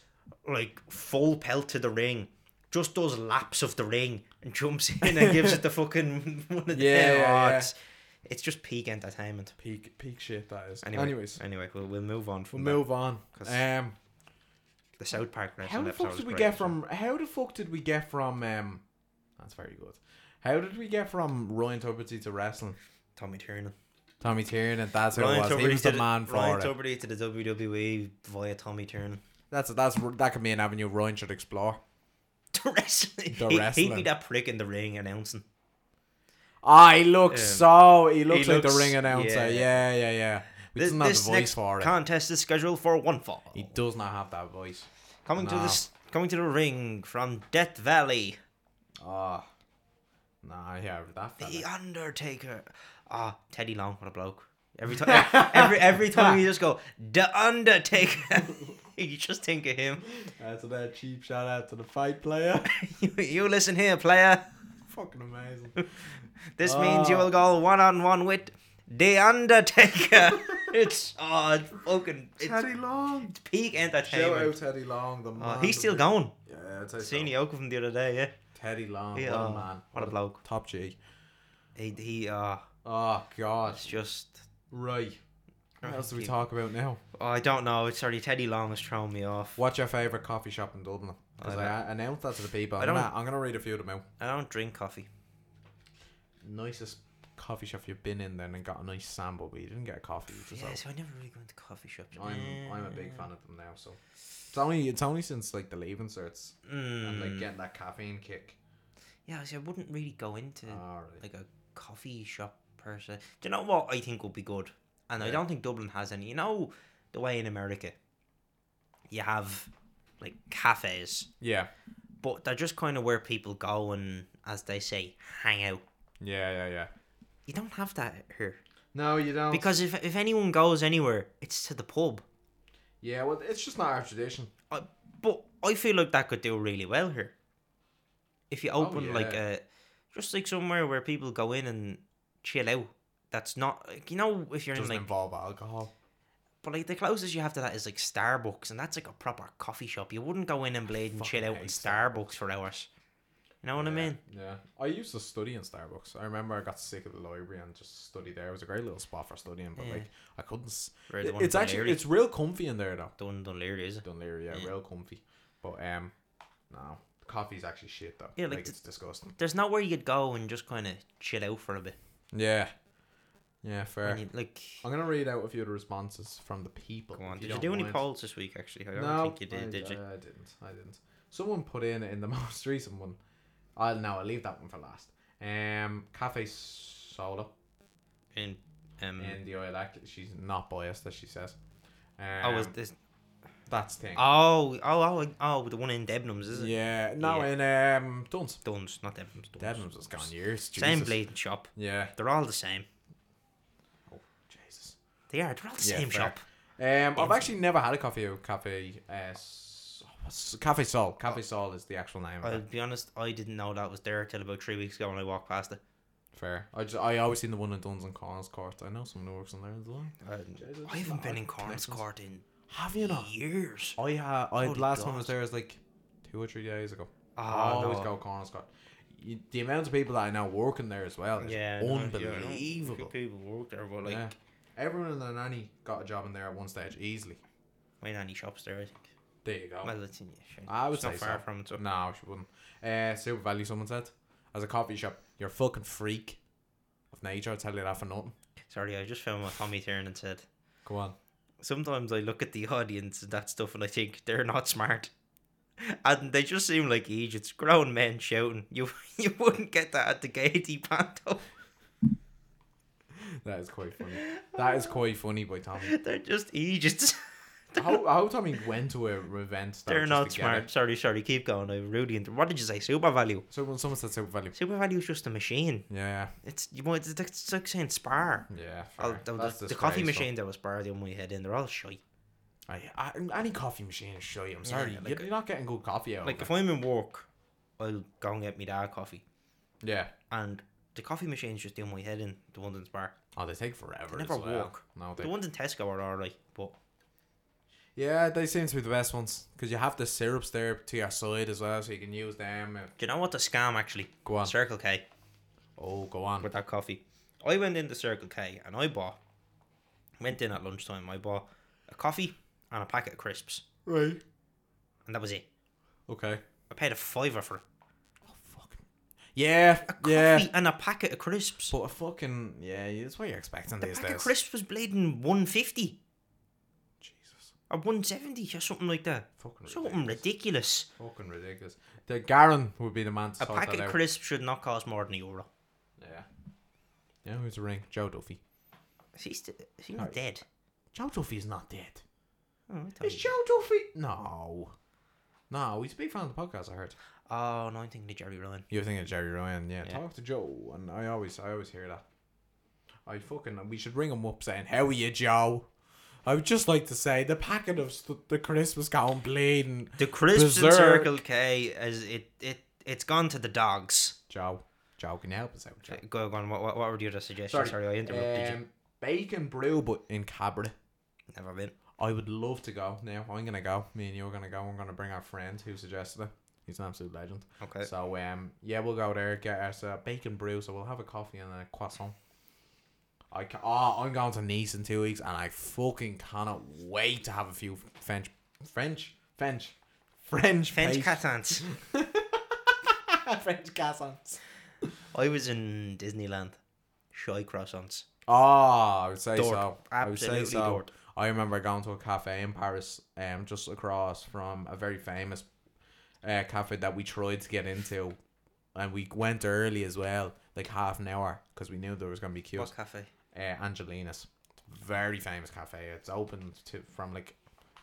Speaker 2: like full pelt to the ring, just does laps of the ring and jumps in and gives
Speaker 1: *laughs*
Speaker 2: it the fucking *laughs* one of the
Speaker 1: Yeah, yeah,
Speaker 2: oh,
Speaker 1: yeah.
Speaker 2: It's, it's just peak entertainment.
Speaker 1: Peak peak shit that is.
Speaker 2: Anyway,
Speaker 1: Anyways,
Speaker 2: anyway, we'll, we'll move on
Speaker 1: we'll
Speaker 2: from that.
Speaker 1: move on.
Speaker 2: 'Cause-
Speaker 1: Um,
Speaker 2: the South Park.
Speaker 1: How
Speaker 2: wrestling
Speaker 1: the fuck
Speaker 2: episode
Speaker 1: did
Speaker 2: was
Speaker 1: we
Speaker 2: great
Speaker 1: get
Speaker 2: as well.
Speaker 1: from? How the fuck did we get from? Um, that's very good. How did we get from Ryan Tuberty to wrestling?
Speaker 2: Tommy Tiernan?
Speaker 1: Tommy Tiernan, that's who it was. He
Speaker 2: Tuberty
Speaker 1: was
Speaker 2: to
Speaker 1: the man for
Speaker 2: Ryan
Speaker 1: it.
Speaker 2: Tuberty to the WWE via Tommy Tiernan.
Speaker 1: That's that's that could be an avenue Ryan should explore.
Speaker 2: *laughs* The
Speaker 1: The
Speaker 2: wrestling. he, He'd be
Speaker 1: wrestling.
Speaker 2: that prick in the ring announcing.
Speaker 1: Ah, he looks
Speaker 2: Um,
Speaker 1: so. He looks like
Speaker 2: looks-
Speaker 1: the ring announcer.
Speaker 2: yeah.
Speaker 1: Yeah, yeah, yeah. He
Speaker 2: This,
Speaker 1: doesn't have the
Speaker 2: this
Speaker 1: voice
Speaker 2: next
Speaker 1: for it.
Speaker 2: contest is scheduled for one fall.
Speaker 1: He does not have that voice.
Speaker 2: Coming to
Speaker 1: No.
Speaker 2: this, coming to the ring from Death Valley,
Speaker 1: Ah, nah, yeah, that.
Speaker 2: The
Speaker 1: Fella.
Speaker 2: Undertaker. Ah, Teddy Long, what a bloke!
Speaker 1: *laughs*
Speaker 2: Every time, every every time you just go, The Undertaker. *laughs* you just think of him. *laughs*
Speaker 1: That's a cheap shout out to the fight player. *laughs*
Speaker 2: you, you listen here, player.
Speaker 1: Fucking amazing.
Speaker 2: This means you
Speaker 1: Oh.
Speaker 2: will go one on one with
Speaker 1: *laughs*
Speaker 2: The Undertaker. it's *laughs* oh, it's fucking it's
Speaker 1: Teddy Long.
Speaker 2: peak
Speaker 1: Shout
Speaker 2: entertainment.
Speaker 1: out Teddy Long, the
Speaker 2: Oh,
Speaker 1: man.
Speaker 2: he's
Speaker 1: the
Speaker 2: still
Speaker 1: myth.
Speaker 2: going.
Speaker 1: Yeah, I'd say so.
Speaker 2: Seen the yoke of him the other day, yeah.
Speaker 1: Teddy Long,
Speaker 2: He,
Speaker 1: what
Speaker 2: uh,
Speaker 1: a man.
Speaker 2: What a bloke.
Speaker 1: Top G.
Speaker 2: He he uh
Speaker 1: Oh, God.
Speaker 2: it's just
Speaker 1: Right. What else do we
Speaker 2: Right.
Speaker 1: talk about now?
Speaker 2: oh, I don't know. It's sorry, Teddy Long has thrown me off.
Speaker 1: What's your favourite coffee shop in Dublin? 'Cause
Speaker 2: I
Speaker 1: I, announced that to the people.
Speaker 2: I
Speaker 1: I'm,
Speaker 2: don't-
Speaker 1: gonna, I'm gonna read a few of them out.
Speaker 2: I don't drink coffee.
Speaker 1: Nicest coffee shop you've been in then and got a nice sample, but you didn't get a coffee. Which is
Speaker 2: Yeah,
Speaker 1: out.
Speaker 2: so I never really go into coffee shops.
Speaker 1: I'm, I'm a big fan of them now, so. It's only, it's only since like the leaving certs
Speaker 2: Mm.
Speaker 1: and like getting that caffeine kick.
Speaker 2: yeah, see, I wouldn't really go into
Speaker 1: Alright.
Speaker 2: like a coffee shop per se. Do you know what I think would be good? And I
Speaker 1: Yeah.
Speaker 2: don't think Dublin has any. You know the way in America you have like cafes,
Speaker 1: Yeah.
Speaker 2: but they're just kind of where people go and, as they say, hang out.
Speaker 1: Yeah, yeah, yeah.
Speaker 2: You don't have that here.
Speaker 1: No, you don't.
Speaker 2: Because if, if anyone goes anywhere, it's to the pub.
Speaker 1: yeah, well, it's just not our tradition.
Speaker 2: I, but I feel like that could do really well here. If you open like
Speaker 1: Oh, yeah.
Speaker 2: a, just like somewhere where people go in and chill out. That's not like, you know if you're
Speaker 1: It
Speaker 2: in
Speaker 1: doesn't
Speaker 2: like
Speaker 1: involve alcohol.
Speaker 2: but like the closest you have to that is like Starbucks and that's like a proper coffee shop. You wouldn't go in and blade and
Speaker 1: Fucking
Speaker 2: chill out in
Speaker 1: hate
Speaker 2: Starbucks for hours. You know what I
Speaker 1: Yeah,
Speaker 2: mean?
Speaker 1: Yeah. I used to study in Starbucks. I remember I got sick of the library and just studied there. It was a great little spot for studying, but
Speaker 2: Yeah.
Speaker 1: like I couldn't. s-
Speaker 2: Where the
Speaker 1: It,
Speaker 2: one
Speaker 1: it's
Speaker 2: in
Speaker 1: actually
Speaker 2: Dunleary-
Speaker 1: it's real comfy in there though.
Speaker 2: the one in Dunleary, is it?
Speaker 1: Dunleary, yeah,
Speaker 2: Yeah.
Speaker 1: real comfy. But um, no, the coffee's actually shit though.
Speaker 2: Yeah, like
Speaker 1: like
Speaker 2: the-
Speaker 1: it's disgusting.
Speaker 2: There's nowhere you'd go and just kind of chill out for a bit.
Speaker 1: Yeah. Yeah,
Speaker 2: And
Speaker 1: fair.
Speaker 2: you, like,
Speaker 1: I'm gonna read out a few of the responses from the people.
Speaker 2: go on.
Speaker 1: if
Speaker 2: Did you
Speaker 1: don't
Speaker 2: do any
Speaker 1: mind.
Speaker 2: polls this week? Actually, I don't
Speaker 1: no,
Speaker 2: think you did.
Speaker 1: I,
Speaker 2: did you?
Speaker 1: I didn't. I didn't. Someone put in in the *laughs* most recent one. I'll no, I'll leave that one for last. Um, Cafe Solo
Speaker 2: In um,
Speaker 1: in the oil act. She's not biased, as she says. Um,
Speaker 2: oh, was this?
Speaker 1: that's thing.
Speaker 2: Oh, oh, oh, oh, the one in Debenhams, is it?
Speaker 1: yeah, no,
Speaker 2: Yeah.
Speaker 1: in um, Duns.
Speaker 2: Duns, not Debenhams. Duns.
Speaker 1: Debenhams has gone years. Jesus.
Speaker 2: Same bleeding shop.
Speaker 1: Yeah.
Speaker 2: They're all the same.
Speaker 1: Jesus.
Speaker 2: They are. They're all the
Speaker 1: Yeah,
Speaker 2: same
Speaker 1: fair.
Speaker 2: shop.
Speaker 1: Um, I've actually never had a coffee with Cafe uh, S- what's- Cafe Sol. Cafe Sol is the actual name. Of
Speaker 2: I'll
Speaker 1: it.
Speaker 2: be honest, Oh. I didn't know that was there till about three weeks ago when I walked past it.
Speaker 1: Fair. I just I always seen the one in Duns and Corns Court. I know someone who works in there as well.
Speaker 2: I,
Speaker 1: Uh, Jesus,
Speaker 2: I haven't been
Speaker 1: Lord,
Speaker 2: in Corns
Speaker 1: connections.
Speaker 2: Court in
Speaker 1: Have you Oh, not?
Speaker 2: years.
Speaker 1: I had I
Speaker 2: Holy
Speaker 1: last time
Speaker 2: God.
Speaker 1: I was there was like two or three days ago. I
Speaker 2: Ah,
Speaker 1: always
Speaker 2: no.
Speaker 1: go Corner Scott. You, the amount of people that are now working there as well is
Speaker 2: Yeah, no, yeah, I don't-
Speaker 1: unbelievable.
Speaker 2: people work there, but like
Speaker 1: yeah. Everyone in the nanny got a job in there at one stage easily.
Speaker 2: my nanny shops there. I think.
Speaker 1: There you go.
Speaker 2: Well, it's, in- yeah, sure.
Speaker 1: Oh. I would
Speaker 2: it's not
Speaker 1: say
Speaker 2: far
Speaker 1: so.
Speaker 2: from it. So.
Speaker 1: no, she wouldn't. Uh, Super Value, someone said. As a coffee shop, you're a fucking freak of nature. I'll tell you that for nothing.
Speaker 2: Sorry, I just found what Tommy Tiernan said.
Speaker 1: Go on.
Speaker 2: sometimes I look at the audience and that stuff and I think they're not smart. And they just seem like idiots, grown men shouting. You *laughs* you wouldn't get that at the Gaiety Panto.
Speaker 1: That is quite funny. *laughs* That is quite funny by Tommy.
Speaker 2: They're just idiots.
Speaker 1: I hope, I hope Tommy went to a event. that
Speaker 2: They're
Speaker 1: was just to
Speaker 2: not
Speaker 1: get it.
Speaker 2: smart. Sorry, sorry, keep going. I really inter- what did you say? Super value.
Speaker 1: So when someone said super value,
Speaker 2: Super value is just a machine.
Speaker 1: yeah,
Speaker 2: It's you might it's, it's like saying spar.
Speaker 1: yeah. fair.
Speaker 2: Although
Speaker 1: That's
Speaker 2: Oh, the, the coffee
Speaker 1: disgraceful.
Speaker 2: machine that was spar the only head in, they're all shite.
Speaker 1: I, I, any coffee machine is shitty. I'm sorry,
Speaker 2: Yeah,
Speaker 1: You-
Speaker 2: like-
Speaker 1: you're not getting good coffee out.
Speaker 2: Like
Speaker 1: of
Speaker 2: if I'm in work, I'll go and get me dad coffee.
Speaker 1: it. yeah.
Speaker 2: And the coffee machine's just doing my head in, the ones in spar.
Speaker 1: Oh, they take forever.
Speaker 2: They never
Speaker 1: as well.
Speaker 2: work.
Speaker 1: No,
Speaker 2: The
Speaker 1: they.
Speaker 2: ones in Tesco are alright, but
Speaker 1: Yeah, they seem to be the best ones because you have the syrups there to your side as well, so you can use them. if-
Speaker 2: do you know what the scam actually?
Speaker 1: Go on.
Speaker 2: Circle K
Speaker 1: Oh, go on.
Speaker 2: with that coffee. I went into Circle K and I bought went in at lunchtime, I bought a coffee and a packet of crisps.
Speaker 1: Right.
Speaker 2: And that was it.
Speaker 1: Okay.
Speaker 2: I paid a fiver for it.
Speaker 1: Fucking. Yeah. yeah.
Speaker 2: coffee and a packet of crisps.
Speaker 1: But a fucking yeah, that's what you're expecting
Speaker 2: The
Speaker 1: these
Speaker 2: packet
Speaker 1: days.
Speaker 2: of crisps was bleeding one fifty
Speaker 1: Jesus.
Speaker 2: or one seventy or something like that.
Speaker 1: Fucking
Speaker 2: Something ridiculous.
Speaker 1: Fucking ridiculous. The Garen would be the man to
Speaker 2: A
Speaker 1: sort
Speaker 2: packet
Speaker 1: that
Speaker 2: of
Speaker 1: out.
Speaker 2: crisps should not cost more than a euro.
Speaker 1: yeah. Yeah, who's a ring? Joe Duffy.
Speaker 2: Is he, st- is he not dead?
Speaker 1: Joe Duffy's not dead.
Speaker 2: Oh, I thought
Speaker 1: Is
Speaker 2: he-
Speaker 1: Joe Duffy? No. No, he's a big fan of the podcast. I heard.
Speaker 2: oh no, I'm thinking of Jerry Ryan.
Speaker 1: You were thinking of Jerry Ryan, yeah.
Speaker 2: Yeah.
Speaker 1: Talk to Joe, and I always, I always hear that. I fucking, we should ring him up saying, "How are you, Joe?" I would just like to say the packet of st- the Christmas gone bleeding,
Speaker 2: The crisps in
Speaker 1: Berserk.
Speaker 2: Circle K is it it it's gone to the dogs.
Speaker 1: Joe. Joe can you help us out, Joe.
Speaker 2: Go on. What, what, what were the other suggestions? Sorry, I interrupted you.
Speaker 1: Um, Bacon brew, but in Cabra.
Speaker 2: Never been.
Speaker 1: I would love to go. Now I'm gonna go. Me and you are gonna go. I'm gonna bring our friend who suggested it. He's an absolute legend.
Speaker 2: Okay.
Speaker 1: So um, yeah, we'll go there. Get us a bacon brew. So we'll have a coffee and a croissant. I ca- oh, I'm going to Nice in two weeks, and I fucking cannot wait to have a few French, French, French, French,
Speaker 2: French
Speaker 1: past- *laughs*
Speaker 2: Catants.
Speaker 1: French croissants.
Speaker 2: I was in Disneyland. Shy croissants.
Speaker 1: Oh, I would say
Speaker 2: Dort.
Speaker 1: so. I would
Speaker 2: Absolutely
Speaker 1: say so.
Speaker 2: dort.
Speaker 1: I remember going to a cafe in Paris, um, just across from a very famous uh, cafe that we tried to get into, and we went early as well, like half an hour, because we knew there was gonna be queues.
Speaker 2: What cafe?
Speaker 1: Uh, Angelina's, very famous cafe. It's opened to from like,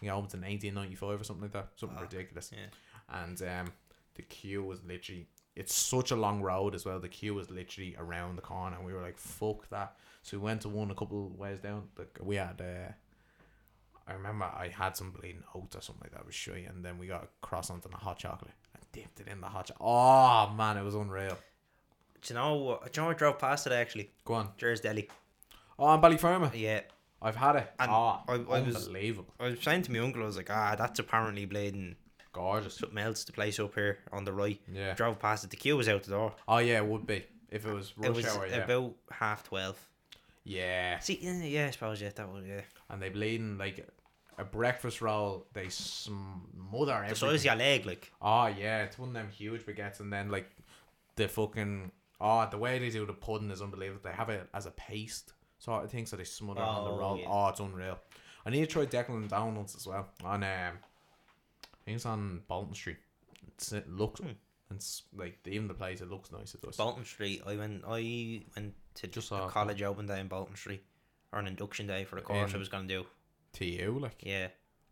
Speaker 1: you know, opened in eighteen ninety five or something like that, something ridiculous.
Speaker 2: Ah, yeah.
Speaker 1: And um, the queue was literally. It's such a long road as well. The queue was literally around the corner, and we were like, "Fuck that!" So we went to one a couple ways down. Like we had, uh, I remember I had some bleeding oats or something like that. It was shy, and then we got a croissant and a hot chocolate and dipped it in the hot. Cho- oh man, it was unreal.
Speaker 2: Do you know what? Do you know I drove past it actually?
Speaker 1: Go on.
Speaker 2: Jerry's Deli.
Speaker 1: Oh, I'm Ballyferma.
Speaker 2: Yeah.
Speaker 1: I've had it.
Speaker 2: And
Speaker 1: oh,
Speaker 2: I- I was-
Speaker 1: unbelievable.
Speaker 2: I was saying to my uncle, I was like, ah, that's apparently bleeding
Speaker 1: Gorgeous.
Speaker 2: something else, the place up here on the right.
Speaker 1: Yeah.
Speaker 2: Drove past it. The queue was out the door.
Speaker 1: Oh yeah, it would be if it was rush
Speaker 2: it was
Speaker 1: hour. Yeah.
Speaker 2: about half 12.
Speaker 1: yeah,
Speaker 2: See, yeah, yeah, I suppose, yeah, that was, yeah.
Speaker 1: and they bleeding like a breakfast roll. They smother
Speaker 2: The
Speaker 1: everything.
Speaker 2: size of your leg, like.
Speaker 1: Oh yeah, it's one of them huge baguettes, and then like the fucking oh the way they do the pudding is unbelievable. They have it as a paste sort of thing, so they smother it on the
Speaker 2: Oh,
Speaker 1: roll.
Speaker 2: yeah.
Speaker 1: Oh, it's unreal. I need to try Declan Donuts as well on um, I think it's on Bolton Street. It's, it looks
Speaker 2: Hmm.
Speaker 1: it's like even the place it looks nice. It does.
Speaker 2: Bolton Street. I went. I went to
Speaker 1: Just
Speaker 2: just a
Speaker 1: off
Speaker 2: college open day in Bolton Street, or an induction day for the course I
Speaker 1: In-
Speaker 2: was gonna do.
Speaker 1: to you, like
Speaker 2: Yeah,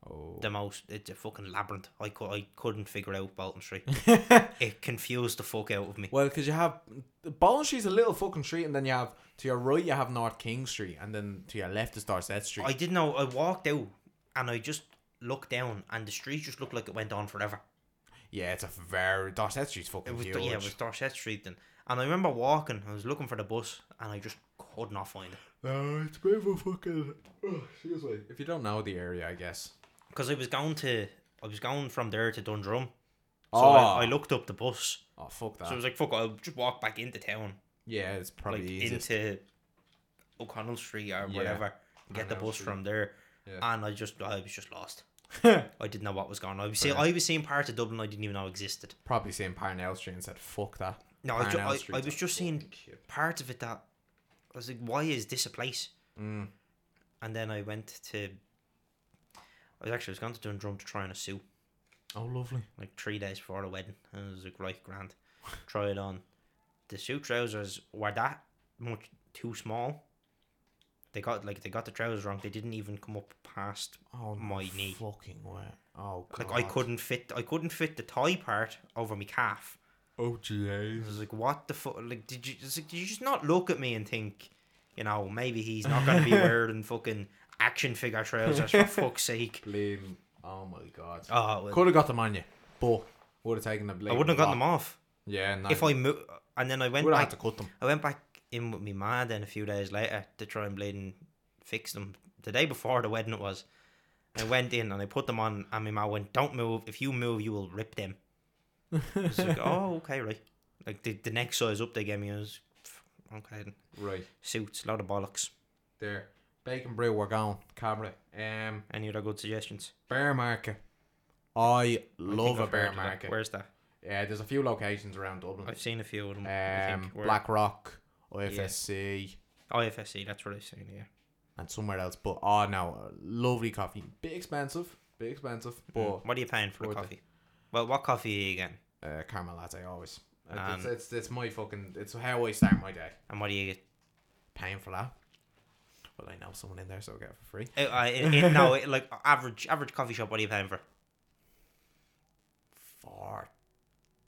Speaker 1: oh.
Speaker 2: the most. It's a fucking labyrinth. I could. I couldn't figure out Bolton
Speaker 1: *laughs*
Speaker 2: Street. it confused the fuck out of me.
Speaker 1: Well, because you have Bolton Street's a little fucking street, and then you have to your right you have North King Street, and then to your left is Dorset Street.
Speaker 2: I didn't know. I walked out and I just looked down, and the street just looked like it went on forever.
Speaker 1: yeah, it's a very Dorset Street's fucking
Speaker 2: It was.
Speaker 1: huge.
Speaker 2: Yeah, it was Dorset Street then. And I remember walking. I was looking for the bus, and I just could not find it
Speaker 1: No, Uh, it's a bit of a fucking. Oh, excuse me. If you don't know the area, I guess.
Speaker 2: because I was going to. I was going from there to Dundrum. So
Speaker 1: oh,
Speaker 2: I, I looked up the bus.
Speaker 1: oh, fuck that.
Speaker 2: So I was like, fuck, I'll just walk back into town,
Speaker 1: yeah, it's probably
Speaker 2: like
Speaker 1: easiest.
Speaker 2: into O'Connell Street or
Speaker 1: Yeah,
Speaker 2: whatever, and get the
Speaker 1: O'Connell
Speaker 2: bus
Speaker 1: Street.
Speaker 2: from there.
Speaker 1: Yeah.
Speaker 2: And I just, I was just lost. I didn't know what was going on. I was, seeing,
Speaker 1: Fair.
Speaker 2: I was seeing parts of Dublin I didn't even know existed.
Speaker 1: *laughs* probably seeing Parnell Street and said, "Fuck that."
Speaker 2: No, I, ju-
Speaker 1: Parnell
Speaker 2: I, I
Speaker 1: Street's
Speaker 2: was
Speaker 1: a
Speaker 2: just seeing
Speaker 1: fucking kid.
Speaker 2: parts of it that I was like, why is this a place?
Speaker 1: Mm.
Speaker 2: And then I went to I was actually I was going to Dundrum to try on a suit
Speaker 1: Oh, lovely.
Speaker 2: like three days before the wedding, and it was like right grand. *laughs* Try it on. The suit trousers were that much too small. They got like they got the trousers wrong. They didn't even come up past
Speaker 1: Oh, no
Speaker 2: My knee.
Speaker 1: Fucking way. Oh, God.
Speaker 2: like I couldn't fit I couldn't fit the tie part over my calf.
Speaker 1: Oh,
Speaker 2: I
Speaker 1: jeez.
Speaker 2: was like, what the fuck? Like, did you just, did you just not look at me and think, you know, maybe he's not gonna
Speaker 1: *laughs*
Speaker 2: be wearing fucking action figure trousers for fuck's sake?
Speaker 1: Blame. Oh, my God.
Speaker 2: Oh, well,
Speaker 1: Could have got them on you, but would have taken the blame.
Speaker 2: I wouldn't have gotten them off
Speaker 1: Yeah, no.
Speaker 2: if I mo- and then I went
Speaker 1: would have
Speaker 2: back
Speaker 1: had to cut them.
Speaker 2: I went back in with me ma then a few days later to try and bleed and fix them. The day before the wedding it was. I went in and I put them on and my ma went, Don't move. If you move you will rip them. I
Speaker 1: *laughs*
Speaker 2: was like, Oh, okay, right. Like the, the next size up they gave me I was "Pff, okay then.
Speaker 1: Right
Speaker 2: Suits, a lot of bollocks.
Speaker 1: there, bacon brew. We're gone. Camera. Um,
Speaker 2: Any other good suggestions?
Speaker 1: bear market. I
Speaker 2: I
Speaker 1: love
Speaker 2: think
Speaker 1: a
Speaker 2: I've heard
Speaker 1: bear
Speaker 2: of that.
Speaker 1: market.
Speaker 2: Where's that?
Speaker 1: Yeah, there's a few locations around Dublin.
Speaker 2: I've seen a few of them. I
Speaker 1: Um,
Speaker 2: think. Where- Oh,
Speaker 1: Black Rock, IFSC,
Speaker 2: IFSC, that's what I've seen, yeah.
Speaker 1: and somewhere else. But oh no, lovely coffee. Bit expensive, bit expensive, but
Speaker 2: what are you paying for the
Speaker 1: Worth it.
Speaker 2: coffee? Well, what coffee are you getting?
Speaker 1: uh, caramel latte always. It's-
Speaker 2: Um,
Speaker 1: it's, it's it's my fucking. It's how I start my day.
Speaker 2: And what do you get?
Speaker 1: Paying for that. Well, I know someone in there, so I get it for free.
Speaker 2: Uh, I it, it, no, it, like average average coffee shop. What are you paying for?
Speaker 1: For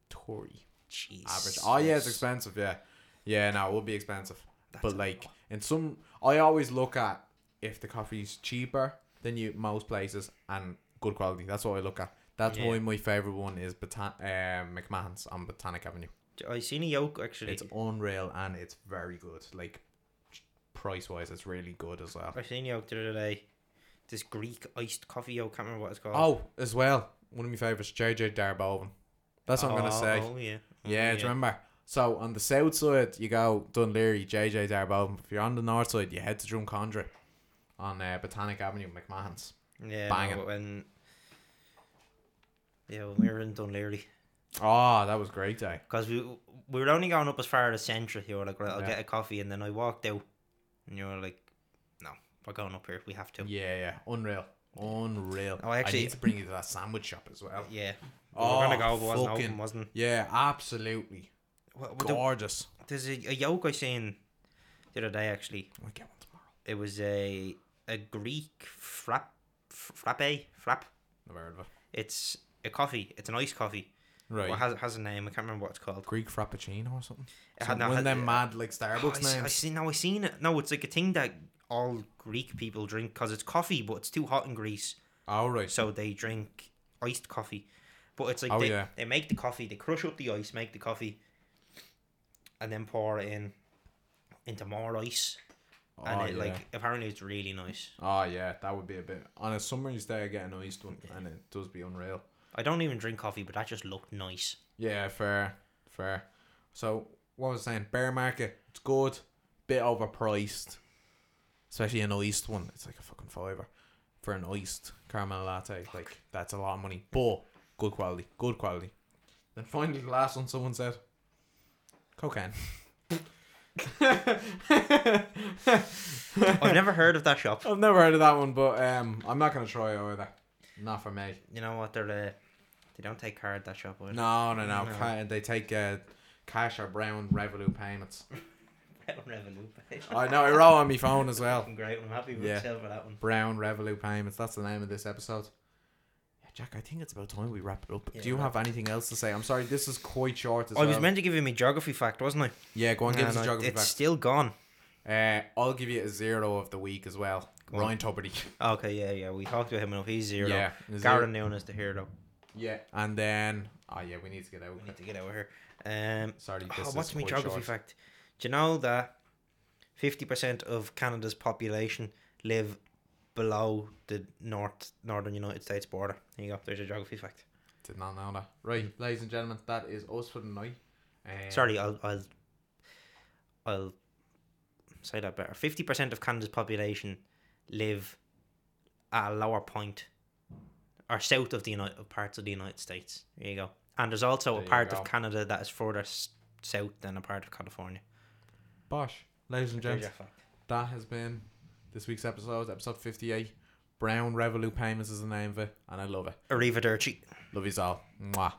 Speaker 1: Tory.
Speaker 2: Jeez.
Speaker 1: average. Oh yeah, it's expensive. Yeah, yeah. No, it would be expensive.
Speaker 2: That's
Speaker 1: but like in some, I always look at if the coffee's cheaper than you most places and good quality. That's what I look at. That's
Speaker 2: Yeah.
Speaker 1: why my favorite one is Botan- uh, McMahon's on Botanic Avenue.
Speaker 2: I seen a yolk actually.
Speaker 1: It's unreal and it's very good. Like price wise, it's really good as well.
Speaker 2: I seen a yolk the other day. This Greek iced coffee yolk. Can't remember what it's called.
Speaker 1: Oh, as well, one of my favorites, JJ Darboven. That's what I'm gonna say.
Speaker 2: Oh yeah. Oh,
Speaker 1: Yeah, do you remember. So on the south side, you go Dunleary, JJ Darboven. If you're on the north side, you head to Drumcondra on uh, Botanic Avenue, McMahon's.
Speaker 2: Yeah.
Speaker 1: Banging.
Speaker 2: no, when yeah, when we were in Dunleary
Speaker 1: Oh, that was a great day.
Speaker 2: because we we were only going up as far as Central. You were like, right, I'll
Speaker 1: Yeah.
Speaker 2: get a coffee, and then I walked out, and you were like, no, we're going up here. We have to.
Speaker 1: Yeah, yeah, unreal, unreal.
Speaker 2: Oh, I actually-
Speaker 1: need to bring you to that sandwich shop as well.
Speaker 2: Yeah. we *laughs* were gonna
Speaker 1: Oh,
Speaker 2: go, but it wasn't
Speaker 1: fucking-
Speaker 2: open, wasn't.
Speaker 1: Yeah, absolutely
Speaker 2: What, what the-
Speaker 1: gorgeous.
Speaker 2: there's a, a yolk I seen the other day actually.
Speaker 1: I get one tomorrow.
Speaker 2: It was a a Greek frap f- frappe frap.
Speaker 1: Never heard of it.
Speaker 2: It's a coffee. It's an iced coffee.
Speaker 1: Right,
Speaker 2: Well, it has it has a name. I can't remember what it's called.
Speaker 1: Greek frappuccino or something.
Speaker 2: It
Speaker 1: Some-
Speaker 2: no,
Speaker 1: one of them
Speaker 2: uh,
Speaker 1: mad like
Speaker 2: oh, I,
Speaker 1: Starbucks
Speaker 2: see, I
Speaker 1: names.
Speaker 2: see. No, I seen it. No, it's like a thing that all Greek people drink because it's coffee, but it's too hot in Greece,
Speaker 1: All right.
Speaker 2: so they drink iced coffee. But it's like
Speaker 1: Oh,
Speaker 2: they,
Speaker 1: yeah.
Speaker 2: they make the coffee, they crush up the ice, make the coffee, and then pour it in into more ice.
Speaker 1: oh,
Speaker 2: and it
Speaker 1: yeah.
Speaker 2: like apparently it's really nice.
Speaker 1: Oh yeah, that would be a bit on a summer's day. I get an iced one, and it does be unreal.
Speaker 2: I don't even drink coffee, but that just looked nice.
Speaker 1: Yeah, fair, fair. So what was I saying? Bear market, it's good, bit overpriced, especially an iced one. It's like a fucking fiver for an iced caramel latte. Like that's a lot of money, but good quality, good quality. Then finally, the last one, someone said, cocaine. *laughs*
Speaker 2: I've never heard of that shop.
Speaker 1: I've never heard of that one, but um, I'm not gonna try it either. Not for me.
Speaker 2: You know what? They're uh, they don't take card that shop. *laughs* Either.
Speaker 1: No, no, no.
Speaker 2: No.
Speaker 1: Ca- They take uh, cash or brown Revolut payments.
Speaker 2: Revenue.
Speaker 1: I know, it wrote on my phone as well.
Speaker 2: Fucking great. I'm happy with
Speaker 1: Yeah.
Speaker 2: myself for that one.
Speaker 1: Brown Revolut payments. That's the name of this episode. Yeah, Jack, I think it's about time we wrap it up.
Speaker 2: Yeah,
Speaker 1: Do you have anything else to say? I'm sorry, this is quite short as
Speaker 2: I was
Speaker 1: well.
Speaker 2: meant to give you my geography fact, wasn't I?
Speaker 1: yeah, go on, give
Speaker 2: Nah,
Speaker 1: us a
Speaker 2: no,
Speaker 1: geography
Speaker 2: it's still gone.
Speaker 1: back. Uh, I'll give you a zero of the week as well.
Speaker 2: Go on.
Speaker 1: Ryan Tuberty.
Speaker 2: Okay, yeah, yeah. We talked about him enough. He's zero.
Speaker 1: Yeah, a zero.
Speaker 2: Garen Noon is the hero.
Speaker 1: Yeah, and then oh yeah, we need to get out.
Speaker 2: We need to get over here. Um,
Speaker 1: Sorry,
Speaker 2: oh,
Speaker 1: this is
Speaker 2: what's my
Speaker 1: quite
Speaker 2: geography
Speaker 1: short.
Speaker 2: fact? Do you know that fifty percent of Canada's population live below the north northern United States border? There you go. There's a geography fact.
Speaker 1: Did not know that. Right, ladies and gentlemen, that is us for the night. Um,
Speaker 2: Sorry, I'll I'll I'll say that better. Fifty percent of Canada's population live at a lower point or south of the United of parts of the United States. There you go. And there's also
Speaker 1: There
Speaker 2: a
Speaker 1: you
Speaker 2: part of
Speaker 1: go.
Speaker 2: Canada that is further s- south than a part of California.
Speaker 1: Bosh, ladies and
Speaker 2: There's
Speaker 1: gents.
Speaker 2: your fact.
Speaker 1: that has been this week's episode, episode 58. Brown Revolut Payments is the name of it, and I love it.
Speaker 2: Arrivederci.
Speaker 1: Love you all. Mwah.